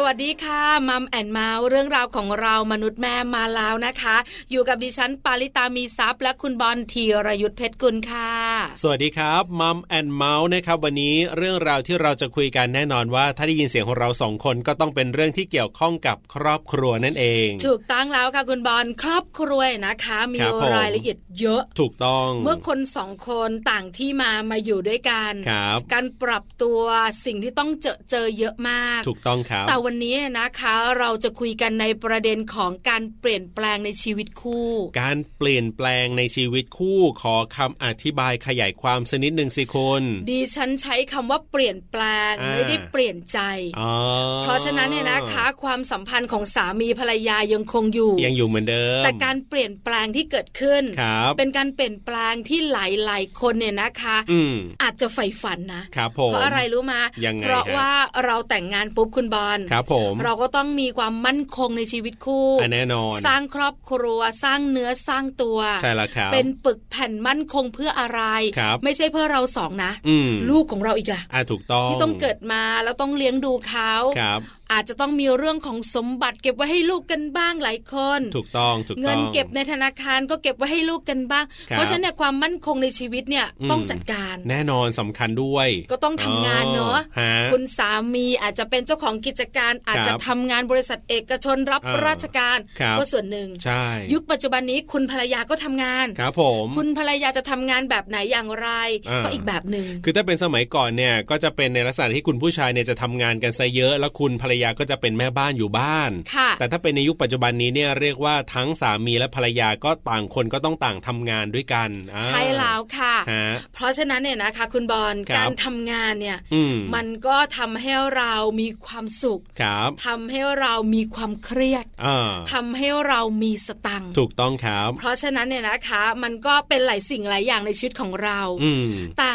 สวัสดีค่ะมัมแอนเมาส์เรื่องราวของเรามนุษย์แม่มาแล้วนะคะ อยู่กับดิฉันปาริตามีซัพ์และคุณบอลธีรยุทธเพชรกุลค่ะ สวัสดีครับมัมแอนเมาส์นะครับวันนี้เรื่องราวที่เราจะคุยกันแน่นอนว่า ถ้าได้ยินเสียงของเราสองคนก็ต้องเป็นเรื่องที่เกี่ยวข้องกับครอบครัวนั่นเอง ถูกต้องแล้วค่ะคุณบอลครอบครัวนะคะ มี ครับผม รายละเอียดเยอะ ถูกต้อง เมื่อคนสองคนต่างที่มามาอยู่ด้วยกัน ครับ การปรับตัวสิ่งที่ต้องเจอเจอเยอะมาก ถูกต้องครับ แต่วันนี้นะคะเราจะคุยกันในประเด็นของการเปลี่ยนแปลงในชีวิตคู่ การเปลี่ยนแปลงในชีวิตคู่ขอคำอธิบายขยายความสกนิดหนึ่งสิคุณ ดิฉันใช้คำว่าเปลี่ยนแปลง อ่า ไม่ได้เปลี่ยนใจ อ๋อ เพราะฉะนั้นเนี่ยนะคะความสัมพันธ์ของสามีภรรยายังคงอยู่ ยังอยู่เหมือนเดิม แต่การเปลี่ยนแปลงที่เกิดขึ้น ครับ เป็นการเปลี่ยนแปลงที่หลายๆคนเนี่ยนะคะ อืม อาจจะใฝ่ฝันนะ ครับผม เพราะอะไรรู้มา ยังไง เพราะ ฮะ ว่าเราแต่งงานปุ๊บคุณบอล ครับผม เราก็ต้องมีความมั่นคงในชีวิตคู่ อ่ะแน่นอน สร้างครอบครัวสร้างเนื้อสร้างตัว ใช่แล้วครับ เป็นปึกแผ่นมั่นคงเพื่ออะไร ครับ ไม่ใช่เพื่อเราสองนะ อืม ลูกของเราอีกล่ะ อ่ะถูกต้อง ที่ต้องเกิดมาแล้วต้องเลี้ยงดูเขา ครับ อาจจะต้องมีเรื่องของสมบัติเก็บไว้ให้ลูกกันบ้างหลายคน ถูกต้องถูกต้อง เงินเก็บในธนาคารก็เก็บไว้ให้ลูกกันบ้าง ครับ เพราะฉะนั้นเนี่ยความมั่นคงในชีวิตเนี่ย อืม ต้องจัดการ แน่นอนสำคัญด้วย ก็ต้องทำงานเนอะ ฮะ คุณสามีอาจจะเป็นเจ้าของกิจการ อาจจะทำงานบริษัทเอกชนรับ อ่า ราชการ ครับ ก็ส่วนหนึ่ง ใช่ ยุคปัจจุบันนี้คุณภรรยาก็ทำงาน ครับผม คุณภรรยาจะทำงานแบบไหนอย่างไร อ่า ก็อีกแบบหนึ่ง คือถ้าเป็นสมัยก่อนเนี่ยก็จะเป็นในลักษณะที่คุณผู้ชายเนี่ยจะทำงานกันซะเยอะ แล้วคุณภรรยาก็จะเป็นแม่บ้านอยู่บ้าน ค่ะ แต่ถ้าเป็นในยุคปัจจุบันนี้เนี่ยเรียกว่าทั้งสามีและภรรยาก็ต่างคนก็ต้องต่างทำงานด้วยกันอ่า ใช่แล้วค่ะ ฮะ เพราะฉะนั้นเนี่ยนะคะ คุณบอล ครับ การทำงานเนี่ย อืม มันก็ทำให้เรามีความสุข ครับ ทำให้เรามีความเครียด อ่า ทำให้เรามีสตังค์ ถูกต้องครับ เพราะฉะนั้นเนี่ยนะคะ มันก็เป็นหลายสิ่งหลายอย่างในชีวิตของเรา อืม แต่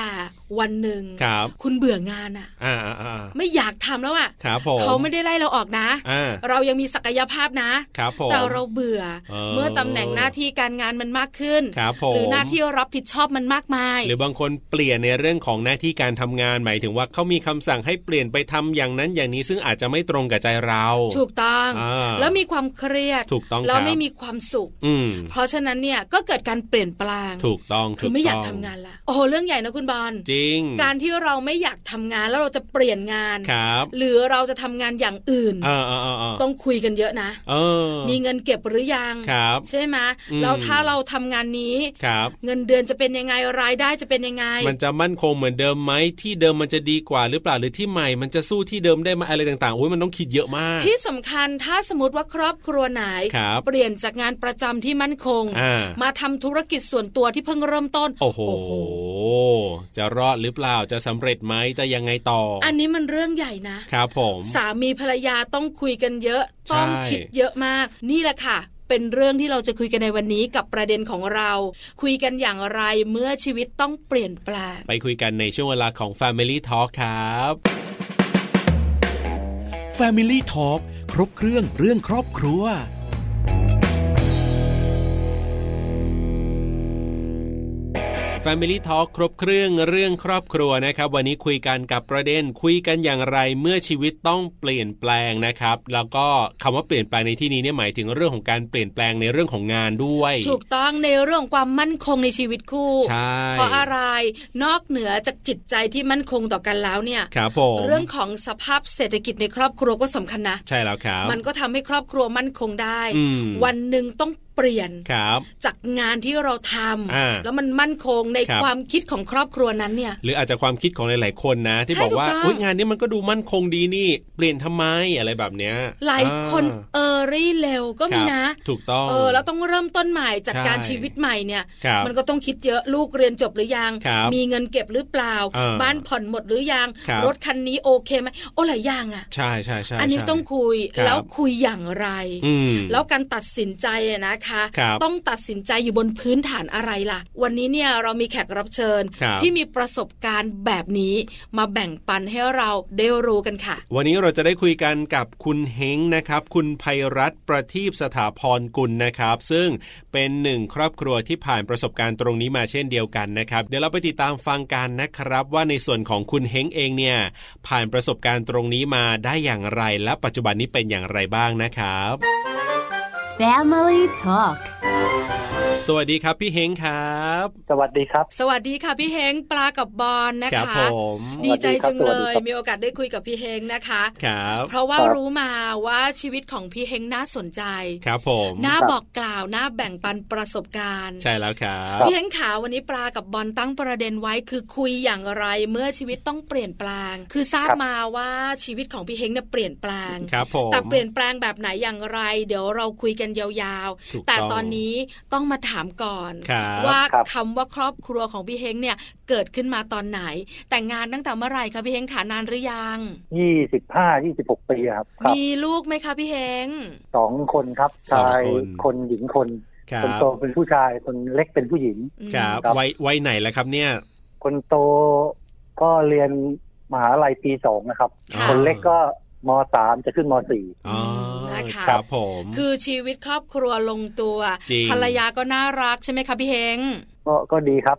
วันหนึ่ง ครับ คุณเบื่องานอะ อ่าอ่าอ่า ไม่อยากทำแล้วอะ ครับผม เขาไม่ได้ไล่เราออกนะ อ่า เรายังมีศักยภาพนะ ครับผม แต่เราเบื่อ เออ เมื่อตำแหน่งหน้าที่การงานมันมากขึ้น ครับผม หรือหน้าที่รับผิดชอบมันมากมาย หรือบางคนเปลี่ยนในเรื่องของหน้าที่การทำงานหมายถึงว่าเขามีคำสั่งให้เปลี่ยนไปทำอย่างนั้นอย่างนี้ซึ่งอาจจะไม่ตรงกับใจเรา ถูกต้อง อ่า แล้วมีความเครียด ถูกต้อง แล้ว ครับ ไม่มีความสุข อืม เพราะฉะนั้นเนี่ยก็เกิดการเปลี่ยนแปลง ถูกต้อง คือ ถู ไม่อยาก ต้ ทำงานละโอ้โหเรื่องใหญ่นะคุณบอล จริง การที่เราไม่อยากทำงานแล้วเราจะเปลี่ยนงาน ครับ หรือเราจะทำงานอย่างอื่น เออเออเออเออ ต้องคุยกันเยอะนะ เออ มีเงินเก็บหรือยัง ครับ ใช่ไหม อืม แล้วถ้าเราทำงานนี้ ครับ เงินเดือนจะเป็นยังไงรายได้จะเป็นยังไง มันจะมั่นคงเหมือนเดิมไหมที่เดิมมันจะดีกว่าหรือเปล่าหรือที่ใหม่ มันจะสู้ที่เดิมได้ไหมอะไรต่างๆโอ้ยมันต้องคิดเยอะมาก ที่สำคัญถ้าสมมติว่าครอบครัวไหน ครับ เปลี่ยนจากงานประจำที่มั่นคง อ่า มาทำธุรกิจส่วนตัวที่เพิ่งเริ่มต้น โอ้โห จะรอดหรือเปล่าจะสำเร็จไหมจะยังไงต่ออ อันนี้มันเรื่องใหญ่นะ ครับผม สามีภรรยาต้องคุยกันเยอะ ต้อง ใช่ คิดเยอะมาก นี่แหละค่ะ เป็นเรื่องที่เราจะคุยกันในวันนี้กับประเด็นของเรา คุยกันอย่างไรเมื่อชีวิตต้องเปลี่ยนแปลง ไปคุยกันในช่วงเวลาของ Family Talk ครับ Family Talk ครบเครื่องเรื่องครอบครัว Family Talk ครบเครื่องเรื่องครอบครัวนะครับ วันนี้คุยกันกับประเด็น คุยกันอย่างไรเมื่อชีวิตต้องเปลี่ยนแปลงนะครับ แล้วก็คำว่าเปลี่ยนแปลงในที่นี้เนี่ยหมายถึงเรื่องของการเปลี่ยนแปลงในเรื่องของงานด้วย ถูกต้องในเรื่องความมั่นคงในชีวิตคู่ ใช่ เพราะอะไรนอกเหนือจากจิตใจที่มั่นคงต่อกันแล้วเนี่ย ครับผม เรื่องของสภาพเศรษฐกิจในครอบครัวก็สำคัญนะ ใช่แล้วครับ มันก็ทำให้ครอบครัวมั่นคงได้ อืม วันหนึ่งต้องเปลี่ยน ครับ จากงานที่เราท อ่า ำแล้วมันมั่นคงใน ครับ ความคิดของครอบครัวนั้นเนี่ย หรืออาจจะความคิดของหลาย ๆ คนนะ ที่ ใช่ บอกว่า ถูกต้อง อุ๊ยงานนี้มันก็ดูมั่นคงดีนี่ เปลี่ยนทำไมอะไรแบบเนี้ย หลายคน อ่า เออรี่เร็วก็มีนะครับ ถูกต้อง เออแล้วต้องเริ่มต้นใหม่จัดการ ใช่ ชีวิตใหม่เนี่ย ครับ มันก็ต้องคิดเยอะลูกเรียนจบหรือยัง ครับ มีเงินเก็บหรือเปล่า เออ บ้านผ่อนหมดหรือยัง ครับ ถคันนี้โอเคไหมโอ้หลายอย่างอ่ะ ใช่ใช่ใช่ อันนี้ ใช่ ต้องคุย ครับ แล้วคุยอย่างไร อืม แล้วการตัดสินใจอะนะค ครับ ต้องตัดสินใจอยู่บนพื้นฐานอะไรล่ะ วันนี้เนี่ยเรามีแขกรับเชิญ ครับ ที่มีประสบการณ์แบบนี้มาแบ่งปันให้เราได้รู้กันค่ะ วันนี้เราจะได้คุยกันกับคุณเฮงนะครับ คุณภัยรัตน์ประทีปสถาพรกุลนะครับ ซึ่งเป็นหนึ่งครอบครัวที่ผ่านประสบการณ์ตรงนี้มาเช่นเดียวกันนะครับ เดี๋ยวเราไปติดตามฟังกันนะครับ ว่าในส่วนของคุณเฮงเองเนี่ย ผ่านประสบการณ์ตรงนี้มาได้อย่างไร และปัจจุบันนี้เป็นอย่างไรบ้างนะครับ Family Talk สวัสดีครับพี่เฮงครับ สวัสดีครับ สวัสดีค่ะพี่เฮงปลากับบอลนะ ครั คะ ผม ดีใจจังเล สวัสดี ย ครับ มีโอกาสได้คุยกับพี่เฮงนะคะ ครับ เพราะว่ารู้มาว่าชีวิตของพี่เฮงน่าสนใจ ครับผม น่าบอกกล่าวน่าแบ่งปันประสบการณ์ ใช่แล้วครับ พี่เฮงขาวันนี้ปลากับบอลตั้งประเด็นไว้คือคุยอย่างไรเมื่อชีวิตต้องเปลี่ยนแปลง คือทราบ ครับ มาว่าชีวิตของพี่เฮงเนี่ยเปลี่ยนแปลง ครับผม แต่เปลี่ยนแปลงแบบไหนอย่างไร เดี๋ยวเราคุยกันยาว ถูกต้อง ๆ แต่ตอนนี้ต้องมาถามก่อน ครับ ว่า ครับ คำว่าครอบครัวของพี่เฮงเนี่ยเกิดขึ้นมาตอนไหน แต่งงานตั้งแต่เมื่อไหร่คะพี่เฮงขานานหรือยัง ยี่สิบห้ายี่สิบหกปีครับครับ มีลูกไหมคะพี่เฮง สองคนครับ สองคน ชายคนหญิงคน ครั คน บ โตเป็นผู้ชายคนเล็กเป็นผู้หญิง อืม ครับ ครับ วัยวัยไหนแล้วครับเนี่ย คนโตก็เรียนมหาลัยปีสองนะครับ ค่ะ คนเล็กก็มสามจะขึ้นมสี่ อ๋อ นะคะ ครับผม คือชีวิตครอบครัวลงตัว จริง ภรรยาก็น่ารักใช่ไหมคะพี่เฮง ก็ก็ดี ครับ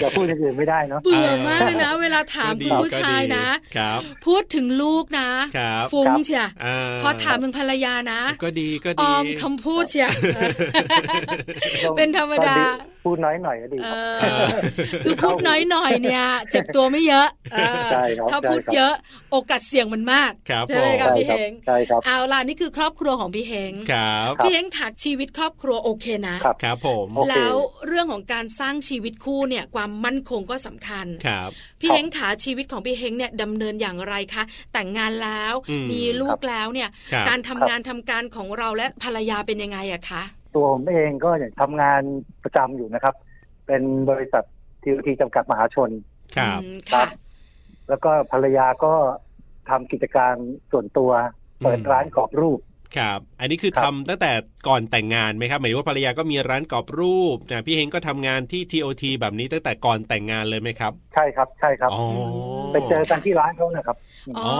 อย่าพูดอย่างอื่นไม่ได้เนาะ เบื่อมากเลยนะ เวลาถาม ก็ดี คุณผู้ชายนะ ก็ดีครับ พูดถึงลูกนะครับ ฟุ้งเชีย อ่ พอถามถึงภรรยานะ ก็ดีก็ อ ดี อมคำพูดเชีย เป็นธรรมดา ก็พูดน้อยหน่อยก็ดี เอ ครับ อคือพูดน้อยๆ เนี่ย เจ็บตัวไม่เยอะเออ ใช่ครับ ถ้าพูด ใช่ครับ เยอะโอกาสเสี่ยงมันมาก ครับ ใช่ไหม ผม คะพี่เฮ ใช่ ง ใช่ครับ เอาล่ะนี่คือครอบครัวของพี่เฮง ครับ พี่เฮงถักชีวิตครอบครัวโอเคนะ ครับ ครับผม โอเค แล้วเรื่องของการสร้างชีวิตคู่เนี่ยความมั่นคงก็สำคัญ ครับ พี่เฮงขาชีวิตของพี่เฮงเนี่ยดำเนินอย่างไรคะแต่งงานแล้ว อืม มีลูกแล้วเนี่ย ครับ การทำงานทำการของเราและภรรยาเป็นยังไงอะคะ ตัวผมเองก็อย่างทำงานประจำอยู่นะครับ เป็นบริษัททีวีจำกัดมหาชน ครับ อืมค่ะ แล้วก็ภรรยาก็ทำกิจการส่วนตัว อืม เปิดร้านกรอบรูป ครับ อันนี้คือ ครั ทำ บ ตั้งแต่ก่อนแต่งงานไหมครับ หมายถึงว่าภรรยาก็มีร้านกรอบรูปนะพี่เฮงก็ทำงานที่ TOT แบบนี้ตั้งแต่ก่อนแต่งงานเลยไหมครับ ใช่ครับใช่ครับ อ๋อ ไปเจอกันที่ร้านเขานะครับ อ๋อ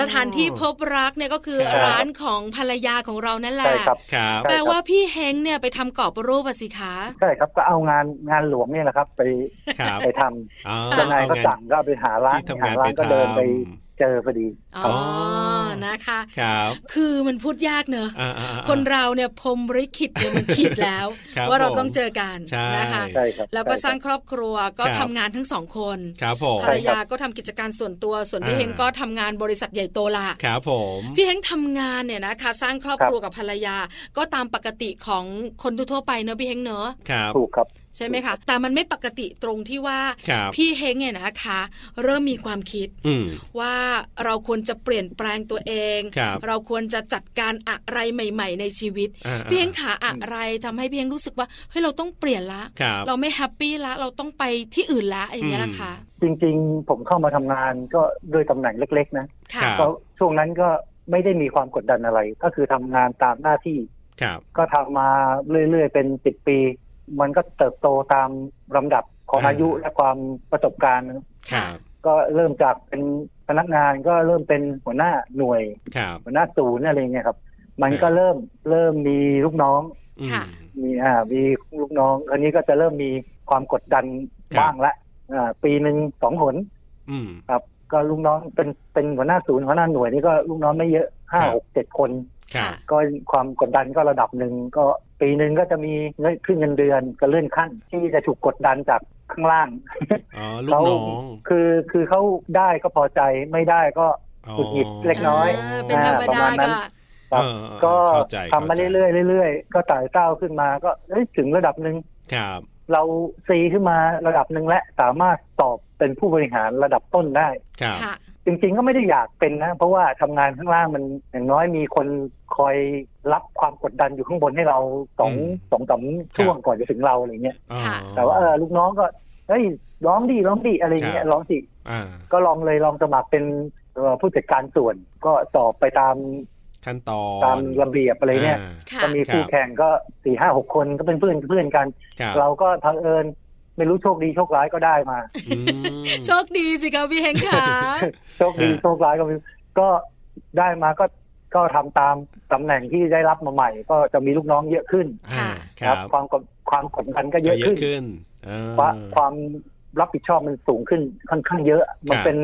สถานที่พบรักเนี่ยก็คือ ครับ ร้านของภรรยาของเรานั่นแห ใช่ ละ ครับ ครับ แปลว่าพี่เฮงเนี่ยไปทำกรอบรูปอะสิคะ ใช่ครับก็เอางานงานหลวงเนี่ยแหละครับ ไป ครับ ไปท อ๋อ ำเจ้านายก็ เอ สั่งก็เอาไปหาร้าน ที่ทำงาน หาร้านก็ ไปทำ เดินไปเจอพอดี อ๋ ครั อบ นะคะ ครับ คือมันพูดยากเนอะ อ่าๆๆ คนเราเนี่ยพรหมริขิตเนี่ยมันขีดแล้ว ครับ ว่าเรา ผม ต้องเจอกัน ใช่ นะคะ ใช่ครับ แล้วก็ ใช่คบ สร้างครอบครัวก็ ครั ทำ บ งานทั้งสองคน ครับผม ภรรยาก็ทำกิจการส่วนตัวส่วนพี่ อ่า เฮงก็ทำงานบริษัทใหญ่โตละ ครับผม พี่เฮงทำงานเนี่ยนะคะสร้างครอบ ครั ค บ รัวกับภรรยา ก็ตามปกติของคนทั่วๆไปเนอะพี่เฮงเนอะ ครับ ถูกครับ ใช่ไหมคะแต่มันไม่ปกติตรงที่ว่า ครับ พี่เฮงเนี่ยนะคะ เริ่มมีความคิด อืม ว่าเราควรจะเปลี่ยนแปลงตัวเอง ครับ เราควรจะจัดการอะไรใหม่ ๆ ในชีวิต อ่าๆ พี่เฮงขาอะไรทำให้พี่เฮงรู้สึกว่าเฮ้ยเราต้องเปลี่ยนละ ครับ เราไม่แฮปปี้ละเราต้องไปที่อื่นละอย่างเงี้ย อืม นะคะ จริง ๆ ผมเข้ามาทำงานก็ด้วยตำแหน่งเล็ก ๆ นะ ค่ะ ครับ ก็ช่วงนั้นก็ไม่ได้มีความกดดันอะไร ก็คือทำงานตามหน้าที่ ครับ ก็ทำมาเรื่อย ๆ เป็นสิบปี มันก็เติบโตตามลำดับของอายุและความประสบการณ์นะครับ ก็เริ่มจากเป็นพนักงานก็เริ่มเป็นหัวหน้าหน่วย ครับ หัวหน้าศูนย์อะไรเงี้ยครับ มันก็ อ่า เริ่มเริ่มมีลูกน้อง อืม ค่ะ มีอ่ามีลูกน้องคราวนี้ก็จะเริ่มมีความกดดัน ครับ บ้างละอ่าปีหนึ่งสองหน อืม ครับ ก็ลูกน้องเป็นเป็นหัวหน้าศูนย์หัวหน้าหน่วยนี่ก็ลูกน้องไม่เยอะห้า ครับ หกเจ็ดคน ครับ ก็ความกดดันก็ระดับหนึ่งก็ปีหนึ่งก็จะมีเงินขึ้นเงินเดือนก็เลื่อนขั้นที่จะถูกกดดันจากข้างล่าง อ๋อลูกน้อง คือคือเขาได้ก็พอใจไม่ได้ก็ อ๋อ หงุดหงิดเล็กน้อย าเป็นธรรม ประ ดา มาณนั้น ก็ ครับ เออเออ ก็ เข้าใจ ทำมาเรื่อยๆเรื่อยๆก็ไต่เต้าขึ้นมาก็เอ้ยถึงระดับหนึ่ง ๆครับ เราซีขึ้นมาระดับหนึ่งและสามารถสอบเป็นผู้บริหารระดับต้นได้ ครับ ค่ะ จริงๆก็ไม่ได้อยากเป็นนะ เพราะว่าทำงานข้างล่างมันอย่างน้อยมีคนคอยรับความกดดันอยู่ข้างบนให้เราสองสองสามช่วงก่อนจะถึงเราอะไรเงี้ย อ๋อ ค่ะ แต่ว่าเออลูกน้องก็เฮ้ยร้องดีร้องดีอะไรเงี้ ครั ย บ ร้องสิ อ่า ก็ลองเลยลองสมัครเป็นเอ่อผู้จัดการส่วน ก็สอบไปตาม ขั้นตอน ตามระเบียบอะไรเนี่ย ค่ะ ก็มีคคู่รับ แข่งก็สี่ห้าหกคนก็เป็นเพื่อนเพื่อนกัน ครับ เราก็เผอิญไม่รู้โชคดีโชคร้ายก็ได้ มา อืม โชคดีสิคะพี่เฮงค่ะ โชคดี ฮะ โชคร้ายก็ไม่รู้ก็ได้มาก็ก็ทำตามตำแหน่งที่ได้รับมาใหม่ ก็จะมีลูกน้องเยอะขึ้น อ่าค ค รั รั บบ ความกดความกดดันก็เยอะ เยอะ ขึ้น ขึ้นอ่า ว่าความรับผิดชอบมันสูงขึ้นค่อนข้างเยอะคนมัรับ เป็น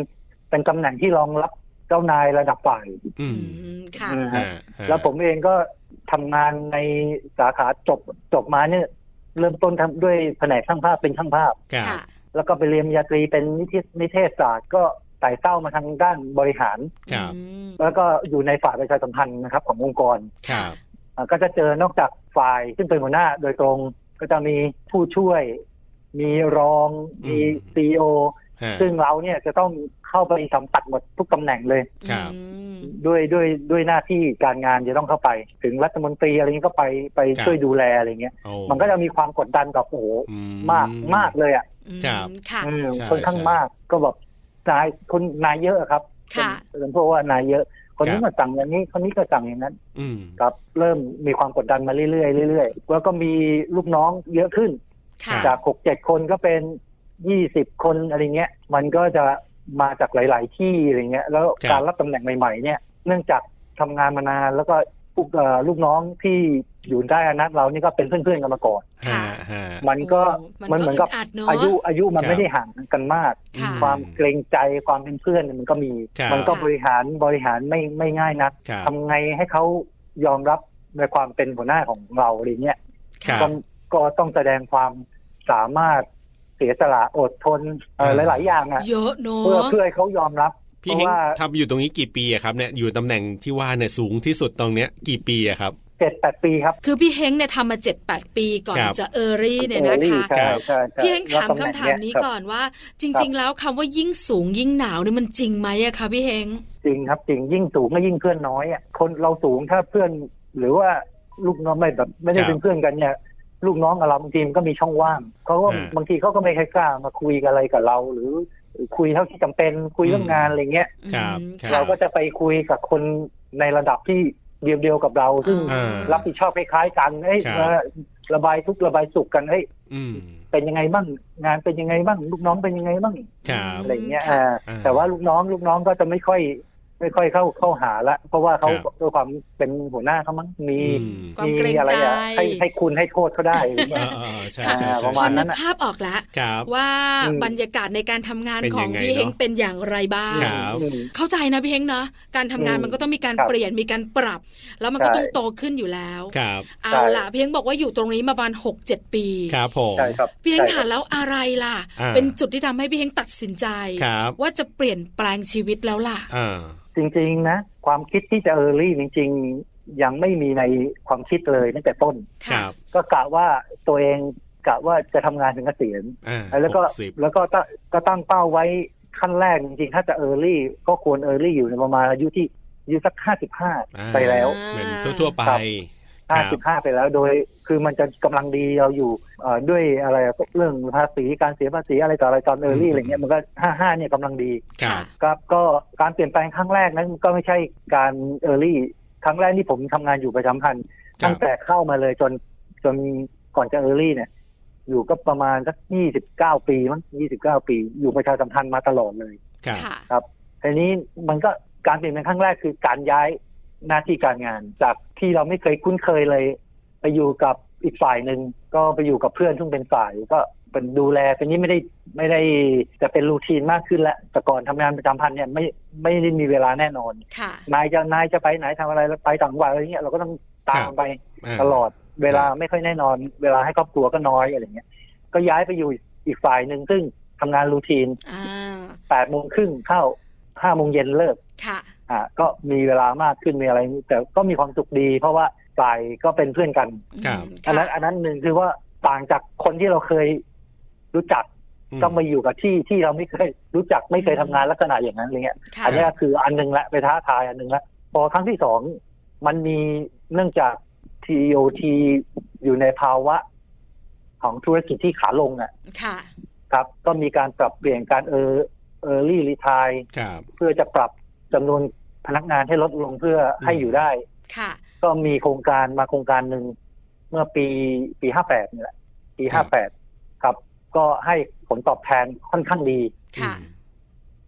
เป็นตำแหน่งที่รองรับเจ้านายระดับฝ่าย อื อื ม มค่ะ นะ ฮะ ฮะ ฮะ แล้วผมเองก็ทำงานในสาขาจบจบมาเนี่ยเริ่มต้นทำด้วยแผนกช่างภาพเป็นช่างภาพ ครับ ค่ะ แล้วก็ไปเรียนปริญญาตรีเป็นนิเทศนิเทศศาสตร์ก็ไต่เต้ามาทางด้านบริหาร ครับ อืม แล้วก็อยู่ในฝ่ายประชาสัมพันธ์นะครับขององค์กร ครับ อ่ะก็จะเจอนอกจากฝ่ายซึ่งเป็นหัวหน้าโดยตรงก็จะมีผู้ช่วย มีรอง อืม มีซีโอ ฮะ ซึ่งเราเนี่ยจะต้องเข้าไปสัมผัสหมดทุกตำแหน่งเลย ครับ อืม ด้วยด้วยด้วยหน้าที่การงานจะต้องเข้าไป ถึงรัฐมนตรีอะไรเงี้ยก็ไปไปช่วยดูแลอะไรเงี้ย โอ้ มันก็จะมีความกดดันกับโอ้โห อื มากมากเลยอ่ะ ครับ ค่ะ อืม ใช่ ค่อนข้าง ใช่ มากก็แบบนายคนนายเยอะครับ ค่ะ เป็นเป็นพวกว่านายเยอะ คนนี้ ครับ ก็สั่งอย่างนี้คนนี้ก็สั่งอย่างนั้น อืม ครับเริ่มมีความกดดันมาเรื่อยๆเรื่อยๆแล้วก็มีลูกน้องเยอะขึ้น ค่ะ จากหกเจ็ดคนก็เป็นยี่สิบคนอะไรเงี้ย มันก็จะมาจากหลาย ๆ ที่อะไรเงี้ย แล้วการรับตำแหน่งใหม่ ๆ เนี่ย เนื่องจากทำงานมานานแล้วก็ลูกเอ่อลูกน้องที่อยู่ได้อนัดเรานี่ก็เป็นเพื่อน ๆ กันมาก่อน ฮะ ค่ะ ฮะ มันก็ โอ้ มันเหมือนกับ ดเนะ อายุอายุมัน ครับ ไม่ได้ห่างกันมาก ค่ะ ความเกรงใจความเป็นเพื่อนมันก็มี ครับ มันก็บริหารบริหารไม่ไม่ง่ายนัก ครับ ทำไงให้เขายอมรับในความเป็นหัวหน้าของเราอะไรเงี้ย ครับ ก็ก็ต้องแสดงความสามารถเสียสละอดทนเอ่อ เออ หลาย ๆ อย่างอ่ะ เยอะเนอ เพื่อะ เพื่อให้เขายอมรับ พี่ เพ เฮ ราะ ง ว่า ทำอยู่ตรงนี้กี่ปีอะครับเนี่ยอยู่ตำแหน่งที่ว่าเนี่ยสูงที่สุดตรงเนี้ยกี่ปีอะครับ เจ็ดแปดปีครับ คือพี่เฮงเนี่ยทำมาเจ็ดแปดปีก่อน ครับ จะเออรี่เนี่ยนะคะ ใช่ใช่ใช่ พี่เฮงถามคำแล้วตำแหน่ ถามนี้ เย ก่อนว่า จริง ๆ แล้วคำว่ายิ่งสูงยิ่งหนาวเนี่ยมันจริงไหมอะคะพี่เฮง จริงครับจริงยิ่งสูงก็ยิ่งเพื่อนน้อยอ่ะคนเราสูงถ้าเพื่อน หรือว่าลูกน้องไม่แบบไม่คได้รับ เป็นเพื่อนกันเนี่ย ลูกน้องกับเราบางทีมันก็มีช่องว่างเขาก็ อ่า บางทีเขาก็ไม่ค่อยกล้ามาคุยอะไรกับเรา หรือหรือคุยเท่าที่จำเป็นคุยเรื่องงานอะไรเงี้ย ครับ อืม ครับ ค่ะ เราก็จะไปคุยกับคนในระดับที่เดียวเดียวๆกับเรา ซึ่ง อ่า รับผิดชอบคล้ายๆกันเอ้ย ครับ เอ่อระบายทุกข์ระบายสุขกันเอ้ย อืม เป็นยังไงบ้างงานเป็นยังไงบ้างลูกน้องเป็นยังไงบ้าง ครับ อะไรอย่างเงี้ย ค่ะ อ่า อ่า แต่ว่าลูกน้องลูกน้องก็จะไม่ค่อย ไม่ค่อยเข้าเข้าหาละเพราะว่าเขา ครับ ด้วยความเป็นหัวหน้าเขามั้งมี อืม ความเกรง มีอะไร ใจ อะให้ให้คุณให้โทษเขา ได้อะไร เอ เงี้อยเออใช่ ค่ะ ใช่ใช่ ประมาณนั้น นึกภาพออกละ ครับ ว่า อืม บรรยากาศในการทำงาน เป็น ขอ ยัง งไง พี่เฮง เนอะ เป็นอย่างไรบ้าง ครับ อืม เข้าใจนะพี่เฮงเนาะการทำงาน อืม มันก็ต้องมีการ ครับ เปลี่ยนมีการปรับ แล้วมันก็ต้ใช่องโตขึ้นอยู่แล้ว ครับ เอาล่ะพี่เฮงบอกว่าอยู่ตรงนี้มาประมาณ6 7 ปี ครับผม ใช่ครับ พี่เฮง ใช่ค ค่ะ รับ แล้วอะไรล่ะ อ่า เป็นจุดที่ทำให้พี่เฮงตัดสินใจ ครับ ว่าจะเปลี่ยนแปลงชีวิตแล้วล่ะ อ่า จริงๆนะความคิดที่จะเออรี่จริง ๆ ยังไม่มีในความคิดเลยตั้งแต่ต้น ครับ ก็กะว่าตัวเองกะว่าจะทำงานถึงเกษียณ อ่า แล้วก็ หสิบ แล้วก็ตั้งก็ตั้งเป้าไว้ขั้นแรกจริงๆ ถ้าจะเออร์ลี่ก็ควรเออร์ลี่อยู่ในประมาณอายุที่อายุสักห้าสิบห้า อ่า ไปแล้ว เหมือนทั่วๆไป ครั ห้า บ สิบห้าไปแล้วโดย คือมันจะกำลังดีเราอยู่เอ่อด้วยอะไรอะเรื่องภาษีการเสียภาษีอะไรต่ออะไรตอนเออร์ลี่อะไรเงี้ยมันก็ห้าห้าเนี่ยกำลังดี ครับ ครับก็การเปลี่ยนแปลงครั้งแรกนั้นก็ไม่ใช่การเออร์ลี่ครั้งแรกที่ผมทำงานอยู่ประจำพันธ์ ครั ตั้ บ งแต่เข้ามาเลยจนจนก่อนจะเออรี่เนี่ย อยู่ก็ประมาณสักยี่สิบเก้าปีมั้งยี่สิบเก้าปี อยู่ประชาสัมพันธ์มาตลอดเลย ครับ ค่ะ ทีนี้มันก็การเปลี่ยนแปลงครั้งแรกคือการย้ายหน้าที่การงาน จากที่เราไม่เคยคุ้นเคยเลย ไปอยู่กับอีกฝ่ายหนึ่งก็ไปอยู่กับเพื่อนซึ่งเป็นฝ่ายก็เป็นดูแลทีนี้ไม่ได้ไม่ได้จะเป็นรูทีนมากขึ้นแล้วแต่ก่อนทำงานประจำพันธ์เนี่ยไม่ไม่ได้มีเวลาแน่นอน ค่ะ นายจะนายจะไปไหนทำอะไรแล้วไปต่างจังหวัดอะไรเงี้ยเราก็ต้องตามไป า ตลอดเวลาไม่ค่อยแน่นอน เวลาให้ครอบครัวก็น้อยอะไรเงี้ย ก็ย้ายไปอยู่อีกฝ่ายหนึ่งซึ่งทำงานรูทีน อ่า แปดโมงครึ่งเข้าห้าโมงเย็นเลิก ค่ะ อ่าก็มีเวลามากขึ้นมีอะไร แต่ก็มีความสุขดี เพราะว่าฝ่ายก็เป็นเพื่อนกัน ครับ อืม อันนั้น ค่ะ อันนั้นหนึ่งคือว่าต่างจากคนที่เราเคยรู้จักต้องมาอยู่กับที่ที่เราไม่เคยรู้จักไม่เคยทำงานลักษณะอย่างนั้นอะไรเงี้ย ค่ะ อันเนี้ยคืออันหนึ่งละไปท้าทายอันหนึ่งละพอครั้งที่สองมันมีเนื่องจาก TOT อยู่ในภาวะของธุรกิจที่ขาลงอ่ะ ค่ะ ครับ ก็มีการปรับเปลี่ยนการเออเออรี่รีทาย ครับ เพื่อจะปรับจำนวนพนักงานให้ลดลงเพื่อให้ อืม อยู่ได้ ค่ะ ก็มีโครงการมาโครงการหนึ่งเมื่อปีปีห้าแปดนี่แหละปี ครั ห้า บ แปดครับ ก็ให้ผลตอบแทนค่อนข้างดี ค่ะ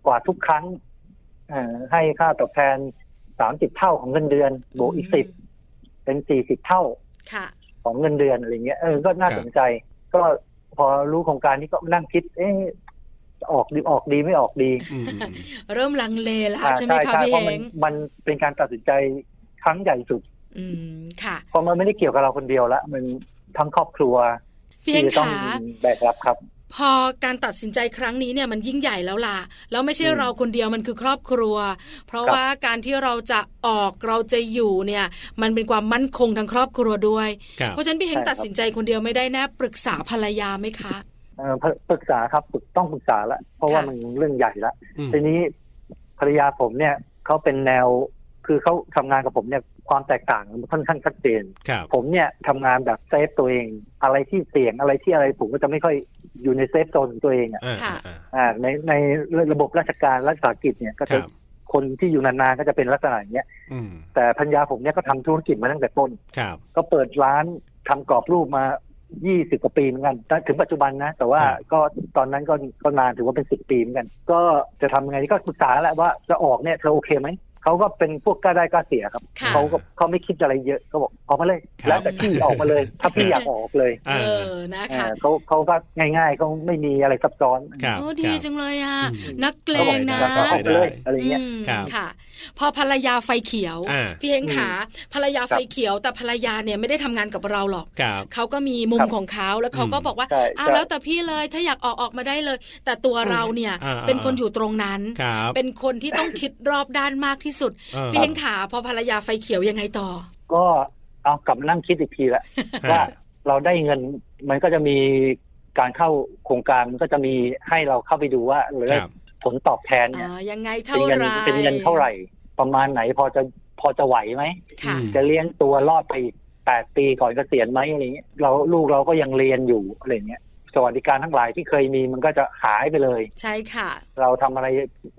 กว่าทุกครั้งเอ่อให้ค่าตอบแทนสามสิบเท่าของเงินเดือนบวกอีก อื สิ ม บเป็นสี่สิบเท่า ค่ะ ของเงินเดือนอะไรเงี้ยเออก็น่า ครับ สนใจ ก็พอรู้โครงการนี้ก็นั่งคิด เอ๊ะจะออกดีออกดีไม่ออกดี อืมอืมอืม เริ่มลังเลแล้ว อ่า ใช่ไหมคะพี่ เพ เฮ ราะมัน ง มันเป็นการตัดสินใจครั้งใหญ่สุด อืมค่ะ เพราะมันไม่ได้เกี่ยวกับเราคนเดียวละมันทั้งครอบครัว พี่ ที่ เฮง จะต้อง ขา แบกรับครับ พอการตัดสินใจครั้งนี้เนี่ยมันยิ่งใหญ่แล้วล่ะ แล้วไม่ใช่ อืม เราคนเดียวมันคือครอบครัว เพราะ ครับ ว่าการที่เราจะออกเราจะอยู่เนี่ย มันเป็นความมั่นคงทางครอบครัวด้วย ครับ เพราะฉะนั้นพี่เฮงตัดสินใจคนเดียวไม่ได้แน่ปรึกษาภรรยาไหมคะ เอ่อปรึกษาครับปรึกต้องปรึกษาละเพราะว่า ค่ะ มันเรื่องใหญ่ละ อืม ทีนี้ภรรยาผมเนี่ยเขาเป็นแนวคือเขาทำงานกับผมเนี่ยความแตกต่างมันค่อนข้างชัดเจน ครับ ผมเนี่ยทำงานแบบเซฟตัวเอง อะไรที่เสี่ยงอะไรที่อะไรผมก็จะไม่ค่อยอยู่ในเซฟโซนของตัวเองอ่ะ อ่า ค่ะ อ่า อ่าในในระบบราชการรัฐสาหกิจเนี่ยก็ ค จะ รับ คนที่อยู่นานๆก็จะเป็นลักษณะอย่างเงี้ย อืม แต่ภรรยาผมเนี่ยก็ทำธุรกิจมาตั้งแต่ต้น ครับ ก็เปิดร้านทำกรอบรูปมา 20 กว่าปีเหมือนกันแต่ถึงปัจจุบันนะ แต่ว่าก็ตอนนั้นก็ก็นานถือว่าเป็น 10 ปีเหมือนกัน ก็จะทำยังไงดีก็ปรึกษาแหละว่าจะออกเนี่ยเธอโอเคไหม เขาก็เป็นพวกกล้าได้กล้าเสียครับ ค่ะ เขาก็เขาไม่คิดอะไรเยอะเขาบอกออกมาเลย ครับ แล้วแต่พี่ออกมา เลย ถ้าพี่อยากออกเลย เอา อนะคะ อ่าเขาเขาก็ง่ายๆเขาไม่มีอะไรซับซ้อน ครับ โอ้ดี ครับ จังเลยอ่ะ อืม นักเกร เขาบอง ก นะ เข้าใจ ออก ได้ มาเลยอะไรเงี้ย อืม ครับ ค่ะ พอภรรยาไฟเขียว อ่า พี่เฮงขา ภรรยาไฟ ครับ เขียว แต่ภรรยาเนี่ยไม่ได้ทำงานกับเราหรอก ครับ เขาก็มีมุม ครับ ของเขาแล้วเขาก็บอกว่า ใช่ อ้าว ใช่ แล้วแต่พี่เลยถ้าอยากออกออกมาได้เลย แต่ตัวเราเนี่ย อ่า เป็นคนอยู่ตรงนั้น ครับ เป็นคนที่ต้องคิดรอบด้านมากที่สุด อ่า พี่เฮงขาพอภรรยาไฟเขียวยังไงต่อ ก็เอากลับมานั่งคิดอีกทีละ ฮะ ว่าเราได้เงินมันก็จะมีการเข้าโครงการมันก็จะมีให้เราเข้าไปดูว่าเราได้ ครับ ผลตอบแทนเนี่ย อ่ายังไง เป็ เท่าน เงิน ไหร เป็นเงินเท่าไหร่ ประมาณไหนพอจะพอจะไหวไหม ค่ะ อืม จะเลี้ยงตัวรอดไปอีกแปดปีก่อนเกษียณไหมอะไรเงี้ยเราลูกเราก็ยังเรียนอยู่อะไรเงี้ยสวัสดิการทั้งหลายที่เคยมีมันก็จะหายไปเลย ใช่ค่ะ เราทำอะไร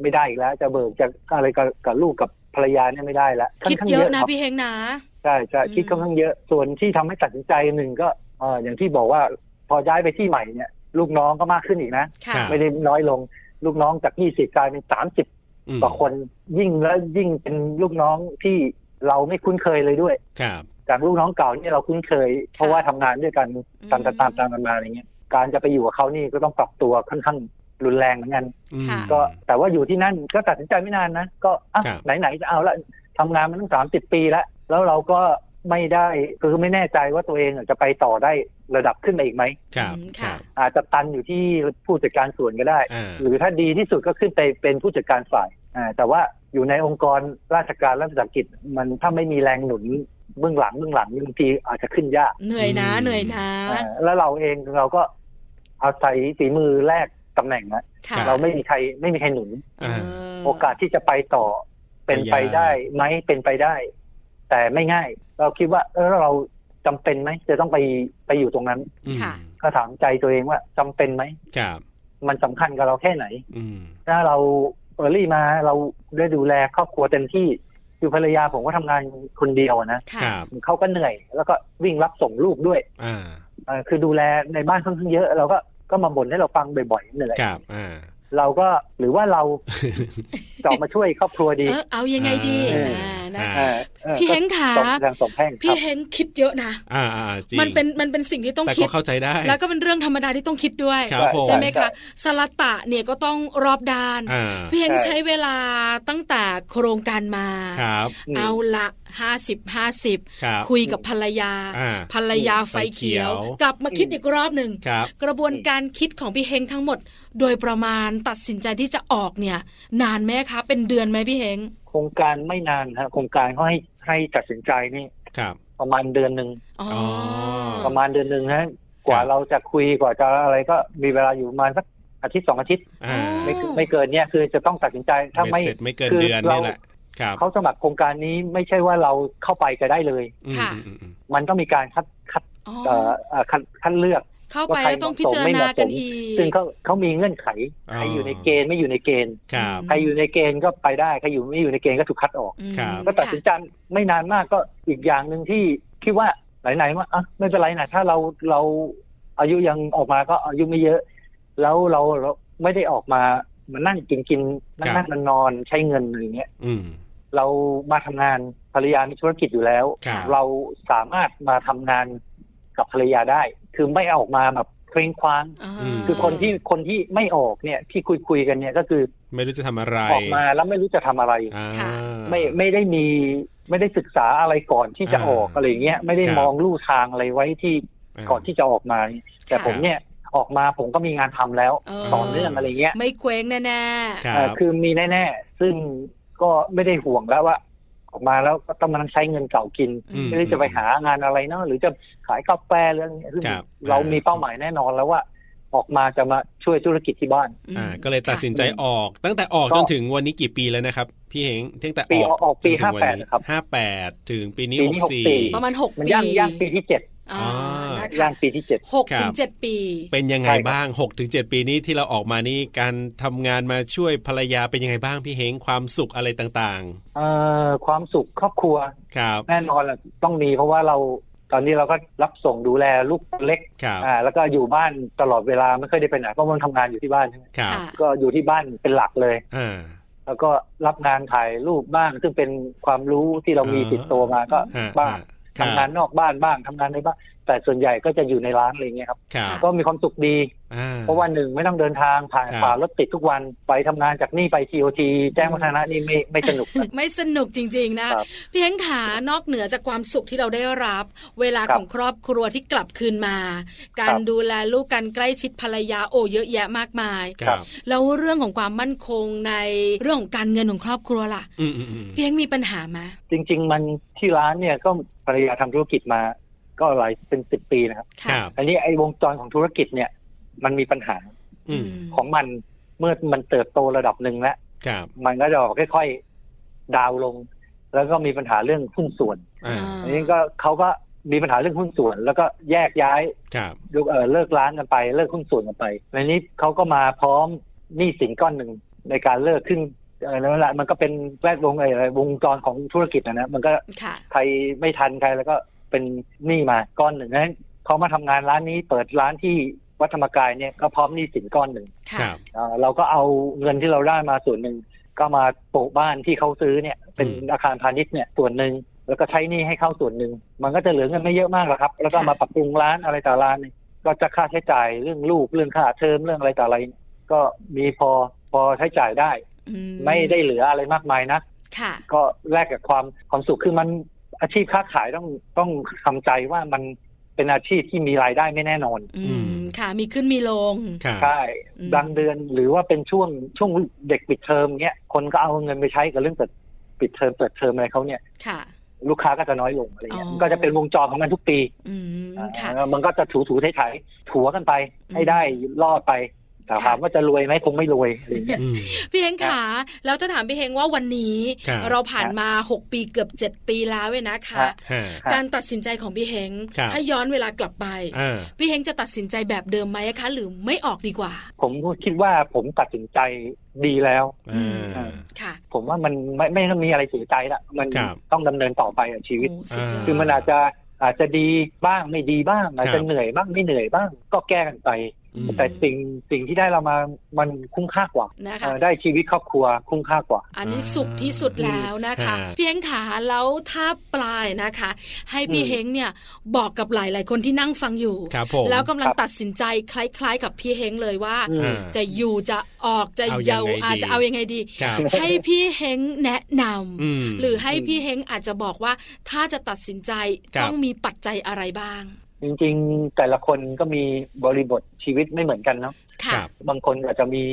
ไม่ได้อีกแล้ว จะเบิกจะอะไรกับกับลูกกับภรรยาเนี่ยไม่ได้แล้ว คิด ค่ข้าง เยอะ ค นะ รับ พี่เฮงนะ ใช่ใช่ อืม คิดค่อนข้างเยอะส่วนที่ทำให้ตัดสินใจหนึ่งก็เอ่ออย่างที่บอกว่าพอย้ายไปที่ใหม่เนี่ย ลูกน้องก็มากขึ้นอีกนะ ค่ะ ครับ ไม่ได้น้อยลง ลูกน้องจากยี่สิบกลายเป็นสามสิบ อืม กว่าคน ยิ่งแล้วยิ่งเป็นลูกน้องที่เราไม่คุ้นเคยเลยด้วย ครับ จากลูกน้องเก่าเนี่ยเราคุ้นเคย เพราะว่าทำงานด้วยกันตาม อืม ตามตามกันมาอะไรเงี้ยการจะไปอยู่กับเขานี่ก็ต้องปรับตัวค่อนข้างรุนแรงเหมือนกัน อืม ค่ะ ก็แต่ว่าอยู่ที่นั่นก็ตัดสินใจไม่นานนะ ก็อ่ะ ครับ ไหนๆจะเอาละทำงานมาตั้งสามสิบปีแล้วแล้วเราก็ไม่ได้คือไม่แน่ใจว่าตัวเองจะไปต่อได้ระดับขึ้นไปอีกไหม ครับ อืม ครั ค่ะ บ อาจจะตันอยู่ที่ผู้จัดการส่วนก็ได้ อ่า หรือถ้าดีที่สุดก็ขึ้นไปเป็นผู้จัดการฝ่ายอ่าแต่ว่าอยู่ในองค์กรราชการรัฐวิสาหกิจมันถ้าไม่มีแรงหนุนเบื้องหลังเบื้องหลังบางทีอาจจะขึ้นยาก เหนื่อยนะเหนื่อยนะ อ่าแล้วเราเองเราก็อาศัยฝีมือแลกตำแหน่งนะ ค่ะ เราไม่มีใครไม่มีใครหนุน เ อ่า โอกาสที่จะไปต่อเป็นไปได้ไหมเป็นไปได้ แต่ไม่ง่าย เราคิดว่าเออเราจำเป็นไหมจะต้องไปไปอยู่ตรงนั้น อืม ค่ะ ก็ถามใจตัวเองว่าจำเป็นไหม ครับ มันสำคัญกับเราแค่ไหน อืม ถ้าเราเออรี่มาเราได้ดูแลครอบครัวเต็มที่คือภรรยาผมก็ทำงานคนเดียวอะนะ ค่ะ ครับ เขาก็เหนื่อย แล้วก็วิ่งรับส่งลูกด้วย อ่า เออคือดูแลในบ้านค่อนข้างเยอะเราก็ก็มาบ่นให้เราฟังบ่อยๆเหนื่อย ครับอ่า เราก็หรือว่าเราจะออกมาช่วยครอบครัวดี เออเอายังไงดี เอออ่ านะ เออออ พี่เฮงขา สองแรงสองแพร่งครับ พี่เฮงคิดเยอะนะ อ่าอ่าอ่าจริง มันเป็นมันเป็นสิ่งที่ต้อง แต่ คิ ก็ ด เข้าใจได้ แล้วก็เป็นเรื่องธรรมดาที่ต้องคิดด้วย ครับผม ใช่ไหม ใช่ คะสลัดตะเนี่ยก็ต้องรอบด้าน อ่า พี่เฮง ใช่ ใช้เวลาตั้งแต่โครงการมา ครับ เอาละห้าสิบห้าสิบ ครับ คุยกับภรรยา อ่า ภรรยาไฟเขียว ไฟเขียว กลับมาคิดอีกรอบหนึ่ง ครับ กระบวนการคิดของพี่เฮงทั้งหมด โดยประมาณตัดสินใจที่จะออกเนี่ย นานไหมคะ เป็นเดือนไหมพี่เฮง โครงการไม่นานฮะโครงการเขาให้ให้ตัดสินใจนี่ ครับ ประมาณเดือนหนึ่ง อ๋อ ม ประมาณเดือนหนึ่งฮะกว่าเราจะคุยกว่าจะอะไรก็มีเวลาอยู่ประมาณสักอาทิตย์สองอาทิตย์ อ่า ไม่เกินไม่เกินเนี่ยคือจะต้องตัดสินใจถ้าไม่ เสร็จไม่เกิน คือ เดือน เรา นี่แหละครับ เขาสมัครโครงการนี้ไม่ใช่ว่าเราเข้าไปก็ได้เลย อืมอืมอืม มันต้องมีการคัดคัด อ๋อ เอ่อเอ่อคัดคัดเลือก เข้าไปแล้วต้องพิจารณากันอีก ซึ่งเขาเขามีเงื่อนไขใคร อ๋ออ อยู่ในเกณฑ์ไม่อยู่ในเกณฑ์ ครับ ใครอยู่ในเกณฑ์ก็ไปได้ใครอยู่ไม่อยู่ในเกณฑ์ก็ถูกคัดออก อืม ครับ ก็ตัดสินใจไม่นานมากก็อีกอย่างหนึ่งที่คิดว่าไหนๆว่าอ่ะไม่เป็นไรนะถ้าเราเราอายุยังออกมาก็อายุไม่เยอะ แล้วเราเราไม่ได้ออกมามานั่งกินกินๆนั่ง ครั นั่ บ งนอนๆใช้เงินอะไรอย่างเงี้ย อืม เรามาทำงานภรรยามีธุรกิจอยู่แล้ว ครับ เราสามารถมาทำงานกับภรรยาได้ คือไม่เอาออกมาแบบเคร่งคว้าง า อืม คือคนที่คนที่ไม่ออกเนี่ยที่คุยคุยๆกันเนี่ยก็คือ ไม่รู้จะทำอะไร ออกมาแล้วไม่รู้จะทำอะไร อ่า ไม่ไม่ได้มีไม่ได้ศึกษาอะไรก่อนที่จะออก อ่า อะไรอย่างเงี้ยไม่ได้ ครับ มองลู่ทางอะไรไว้ที่ า ก่อนที่จะออกมา แต่ผมเนี่ยออกมาผมก็มีงานทำแล้ว เ ต่อเนื่องอะไรเงี้ย ไม่เคว้งแน่ ครั เอ่อบ คือมีแน่ๆซึ่งก็ไม่ได้ห่วงแล้วว่า ออกมาแล้วก็ต้องมานั่งใช้เงินเก่ากิน ๆอืม ไม่ได้จะไปหางานอะไรเนาะหรือจะขายกาแฟหรืออะไรเงี้ยซึ่ง ครับ เรามีเป้าหมายแน่นอนแล้วว่า ออกมาจะมาช่วยธุรกิจที่บ้าน อ่าก็เลยตัดสินใจออก ตั้งแต่ออกจก็นถึงวันนี้กี่ปีแล้วนะครับ พี่เฮงตั้งแต่ ปี ออก ออกปี จนถึงวันนี้ 58ครับ ห้าแปดถึงปีนี้ ปี ห นี้ กสี่ หกสี่ ประมาณหก มัน ปี ย่างย่างปีที่เจ็ด อ่า อ่า นะคะ ย่างปีที่เจ็ด หกถึ ครั ง บ เจ็ดปี เป็นยังไง ใช่ครับ บ้างหกถึงเจ็ดปีนี้ที่เราออกมานี่การทำงานมาช่วยภรรยาเป็นยังไงบ้างพี่เฮงความสุขอะไรต่าง เอ่อความสุขครอบครัว ๆ ครับ แน่นอนแหละต้องมีเพราะว่าเราตอนนี้เราก็รับส่งดูแลลูกเล็ก ครับ อ่าแล้วก็อยู่บ้านตลอดเวลาไม่เคอยได้ไปไหนเพราะมันทำงานอยู่ที่บ้านใช่ไหม ครับ ค่ะ ก็อยู่ที่บ้านเป็นหลักเลย อ่า แล้วก็รับงานถ่ายรูปบ้าง ซึ่งเป็นความรู้ที่เรามี อ่า ติดตัวมาก็ อ่า บ้าง ครั ทำงานนอกบ้านบ้างทำงานในบ้านแต่ส่วนใหญ่ก็จะอยู่ในร้านอะไรเงี้ยครับ ครับ ก็มีความสุขดี อ่า เพราะว่าหนึ่งไม่ต้องเดินทางผ่าน ครับ ฝ่ารถติดทุกวันไปทำงานจากนี่ไปทีโอทีแจ้งวัฒนะนี่ไม่ไม่สนุกนะ ไม่สนุกจริง ๆ นะ ครับ พี่เฮงขานอกเหนือจากความสุขที่เราได้รับ เวลา ครับ ของครอบครัวที่กลับคืนมา กา ค ร รับ ดูแลลูกการใกล้ชิดภรรยาโอเยอะแยะมากมาย ครับ แล้วเรื่องของความมั่นคงในเรื่องของการเงินของครอบครัวล่ะ อืมอืมอืม พี่เฮงมีปัญหาไหม จริง ๆ มันที่ร้านเนี่ยก็ภรรยาทำธุรกิจมาก็หลายเป็นสิบปีนะครับ คะ รับ อันนี้ไอ้วงจรของธุรกิจเนี่ย มันมีปัญหา อืม ของมันเมื่อมันเติบโตระดับหนึ่งแล้ว ครับ มันก็จะค่อยๆดาวน์ลง แล้วก็มีปัญหาเรื่องหุ้นส่วน อ่า อันนี้ก็เขาก็มีปัญหาเรื่องหุ้นส่วน แล้วก็แยกย้าย ครับ ยกเอ่อเลิกร้านกันไป เลิกหุ้นส่วนกันไปในนี้เขาก็มาพร้อมหนี้สินก้อนหนึ่งในการเลิกขึ้นเอ่อนั่นแหละมันก็เป็นแวดวงไออะไรวงจรของธุรกิจนะนะมันก็ ค่ะ ใครไม่ทันใครแล้วก็เป็นหนี้มาก้อนหนึ่งนั้นเขามาทำงานร้านนี้เปิดร้านที่วัดธรรมกายเนี่ยก็พร้อมหนี้สินก้อนหนึ่ง ค ค่ะ รับ เอ่อเราก็เอาเงินที่เราได้มาส่วนหนึ่งก็มาโปะบ้านที่เขาซื้อเนี่ยเป็น อืม อาคารพาณิชย์เนี่ยส่วนหนึ่งแล้วก็ใช้หนี้ให้เข้าส่วนหนึ่งมันก็จะเหลือเงินไม่เยอะมากหรอกครับ แล้วก็ ค่ะ มาปรับปรุงร้านอะไรต่อร้านเนี่ยก็จะค่าใช้จ่ายเรื่องลูกเรื่องค่าเทอมเรื่องอะไรต่ออะไร ก็มีพอพอใช้จ่ายได้ อื ไม่ได้เหลืออะไรมากมายนะ ค่ะ ก็แลกกับความความสุขคือมันอาชีพค้าขายต้องต้องทำใจว่ามันเป็นอาชีพที่มีรายได้ไม่แน่นอน อื อื ม ม ค่ะ มีขึ้นมีลง ครับ ใช่ อืม บางเดือนหรือว่าเป็นช่วงช่วงเด็กปิดเทอมเงี้ยคนก็เอาเงินไปใช้กับเรื่องเปิดปิดเทอมเปิดเทอมอะไรเขาเนี่ย ค่ะ ลูกค้าก็จะน้อยลงอะไรเงี้ย อ๋อ มันก็จะเป็นวงจรของมันทุกปี อืมค่ะ อ่ามันก็จะถูถูไถ่ไถ่ถัวกันไป ให้ได้รอดไปแต่ ค่ะ ถามว่าจะรวยไหมคงไม่รวยอะไรเงี้ย อืม พี่เฮงขาแล้วจะถามพี่เฮงว่าวันนี้ ครับ เราผ่านมา 6 ปีเกือบ 7 ปีแล้วเว้ยนะคะ ฮะ ฮะ ครับ การตัดสินใจของพี่เฮง ครับ ถ้าย้อนเวลากลับไป อ่า พี่เฮงจะตัดสินใจแบบเดิมไหมคะ หรือไม่ออกดีกว่า ผมคิดว่าผมตัดสินใจดีแล้ว อ่ อื า ม ค่ะ ผมว่ามันไม่ไม่ต้องมีอะไรเสียใจละมัน ครับ ต้องดำเนินต่อไปอะชีวิต โอ้สุดยอด คือมันอาจจะอาจจะดีบ้างไม่ดีบ้าง อาจ ครั จะ บ เหนื่อยบ้างไม่เหนื่อยบ้าง ก็แก้กันไป อืม แต่สิ่งสิ่งที่ได้เรามามันคุ้มค่ากว่า นะคะ เอ่อได้ชีวิตครอบครัวคุ้มค่ากว่า อันนี้สุดที่สุดแล้วนะคะ อ่า พี่เฮงขาแล้วถ้าปลายนะคะ ให้พี่ อืม เฮงเนี่ยบอกกับหลาย ๆ คนที่นั่งฟังอยู่ ครับผม แล้วกำลังตัดสินใจคล้าย ๆ กับพี่เฮงเลยว่า อืม จะอยู่จะออกจะ เอายังไง เยาวอาจ ดี จะเอายังไงดี ครับ ให้พี่เฮงแนะนำ ม หรือให้พี่เฮงอาจจะบอกว่าถ้าจะตัดสินใจ ครับ ต้องมีปัจจัยอะไรบ้าง จริงๆ แต่ละคนก็มีบริบทชีวิตไม่เหมือนกันเนาะ ค่ะ ครับ บางคนอาจจะมี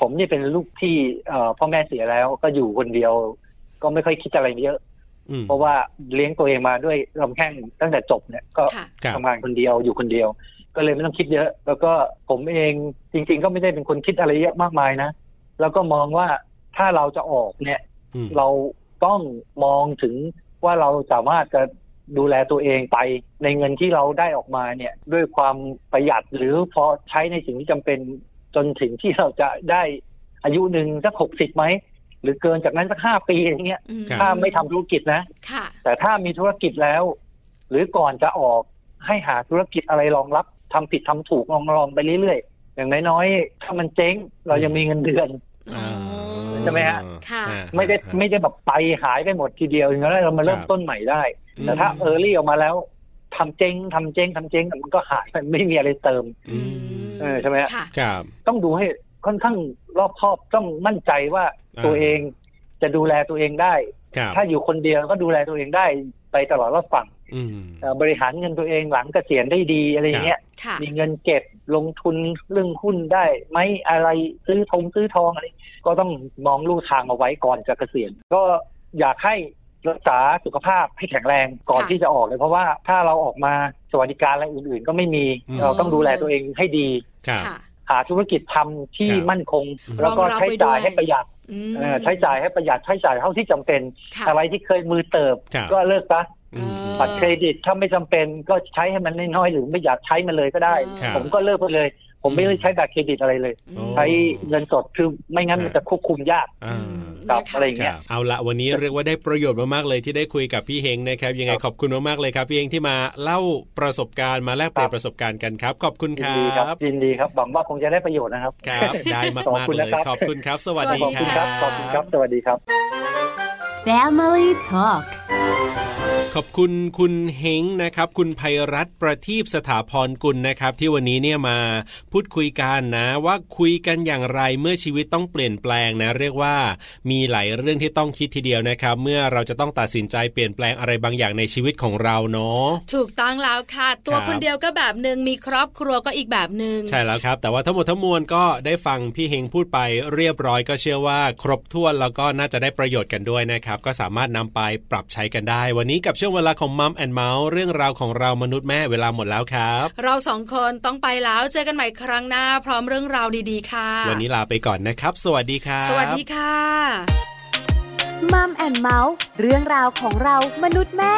ผมเนี่ยเป็นลูกที่เอ่อพ่อแม่เสียแล้วก็อยู่คนเดียว ก็ไม่ค่อยคิดอะไรเยอะ อืม เพราะว่าเลี้ยงตัวเองมาด้วยลำแข้งตั้งแต่จบเนี่ยก็ ค่ะ ครับ ทำงานคนเดียวอยู่คนเดียว ก็เลยไม่ต้องคิดเยอะ แล้วก็ผมเองจริง ๆ ก็ไม่ได้เป็นคนคิดอะไรเยอะมากมายนะ แล้วก็มองว่าถ้าเราจะออกเนี่ย อืม เราต้องมองถึงว่าเราสามารถจะ ดูแลตัวเองไป ในเงินที่เราได้ออกมาเนี่ยด้วยความประหยัดหรือพอใช้ในสิ่งที่จำเป็นจนถึงที่เราจะได้อายุหนึ่งสักหกสิบไหมหรือเกินจากนั้นสักห้าปีอย่างเงี้ย อื ครับ ถ้าไม่ทำธุรกิจนะ ค่ะ แต่ถ้ามีธุรกิจแล้ว หรือก่อนจะออกให้หาธุรกิจอะไรรองรับทำผิดทำถูกลองลองไปเรื่อยๆ อย่างน้อยๆ ถ้ามันเจ๊งเรายังมีเงินเดือน ใช่ไหมฮะ ค่ะ อ่า ไม่ได้ อ่า ไม่ได้แบบไปหายไปหมดทีเดียวอย่างนั้นเรามาเริ่ม ครับ ต้นใหม่ได้ แต่ถ้าเออรี่ออกมาแล้วทำเจ๊งทำเจ๊งทำเจ๊งมันก็หายมันไม่มีอะไรเติม อืม เออใช่ไหมฮะ ค่ะ ครับ ต้องดูให้ค่อนข้างรอบคอบต้องมั่นใจว่า อ่า ตัวเองจะดูแลตัวเองได้ ครับ ถ้าอยู่คนเดียวก็ดูแลตัวเองได้ไปตลอดรอดฝั่ง อืม เอ่อบริหารเงินตัวเองหลังเกษียณได้ดีอะไรอย่างเงี้ย ค่ะ มีเงินเก็บลงทุนเรื่องหุ้นได้ไหมอะไรซื้อทงซื้อทองอะไรก็ต้องมองลู่ทางเอาไว้ก่อนจะเกษียณก็อยากให้รักษาสุขภาพให้แข็งแรงก่อน ค่ะ ที่จะออกเลย เพราะว่าถ้าเราออกมาสวัสดิการอะไรอื่นๆ ก็ไม่มี อืม เราต้องดูแลตัวเองให้ดี ครับ ค่ะ หาธุรกิจทำที่ ครับ มั่นคง อืม แล้วก็ รองรับ ใช้จ่าย ไว้ด้วย ให้ประหยัด อืม เออใช้จ่ายให้ประหยัดใช้จ่ายเท่าที่จำเป็น ค่ะ อะไรที่เคยมือเติบ ครับ ก็เลิกซะ อืม บัตรเครดิตถ้าไม่จำเป็นก็ใช้ให้มันน้อยๆหรือไม่อยากใช้มันเลยก็ได้ ครับ ผมก็เลิกไปเลย ผมไม่ได้ใช้บัตรเครดิตอะไรเลย อืม ใช้เงินสดคือไม่งั้น อ่ามั มันจะควบคุมยาก อ่า ครับ นะคะ อะไรอย่าง ค เงี้ รั ย บเอาละวันนี้เรียกว่าได้ประโยชน์มากๆเลยที่ได้คุยกับพี่เฮงนะครับ ยังไงขอบคุณมากๆเลยครับพี่เฮงที่มาเล่าประสบการณ์มาแลกเปลี่ยนประสบการณ์กันครับ ขอบคุณคยิน รั ดีครับ บ ยินดีครับหวังว่าคงจะได้ประโยชน์นะครับ ครับ ได้มาก ขอบคุ ๆ ณ เล นะ ย ครับ ขอบคุณครับ สวัสดี ขอบคุณครับขอบคุณครับสวัสดีครับ Family Talk ขอบคุณคุณเฮงนะครับ คุณภัยรัตน์ประทีปสถาพรกุลนะครับ ที่วันนี้เนี่ยมาพูดคุยกันนะว่าคุยกันอย่างไรเมื่อชีวิตต้องเปลี่ยนแปลงนะ เรียกว่ามีหลายเรื่องที่ต้องคิดทีเดียวนะครับ เมื่อเราจะต้องตัดสินใจเปลี่ยนแปลงอะไรบางอย่างในชีวิตของเราเนาะ ถูกต้องแล้วค่ะ ตัว ครับ คนเดียวก็แบบหนึ่งมีครอบครัวก็อีกแบบหนึ่ง ใช่แล้วครับ แต่ว่าทั้งหมดทั้งมวลก็ได้ฟังพี่เฮงพูดไปเรียบร้อยก็เชื่อว่า ครบถ้วนแล้วก็น่าจะได้ประโยชน์กันด้วยนะครับ ก็สามารถนำไปปรับใช้กันได้ วันนี้กับช่วงเวลาของมัมแอนเมาส์เรื่องราวของเรามนุษย์แม่เวลาหมดแล้วครับ เราสองคนต้องไปแล้วเจอกันใหม่ครั้งหน้า พร้อมเรื่องราวดีๆค่ะ วันนี้ลาไปก่อนนะครับ สวัสดีครับ สวัสดีค่ะ มัมแอนเมาส์เรื่องราวของเรามนุษย์แม่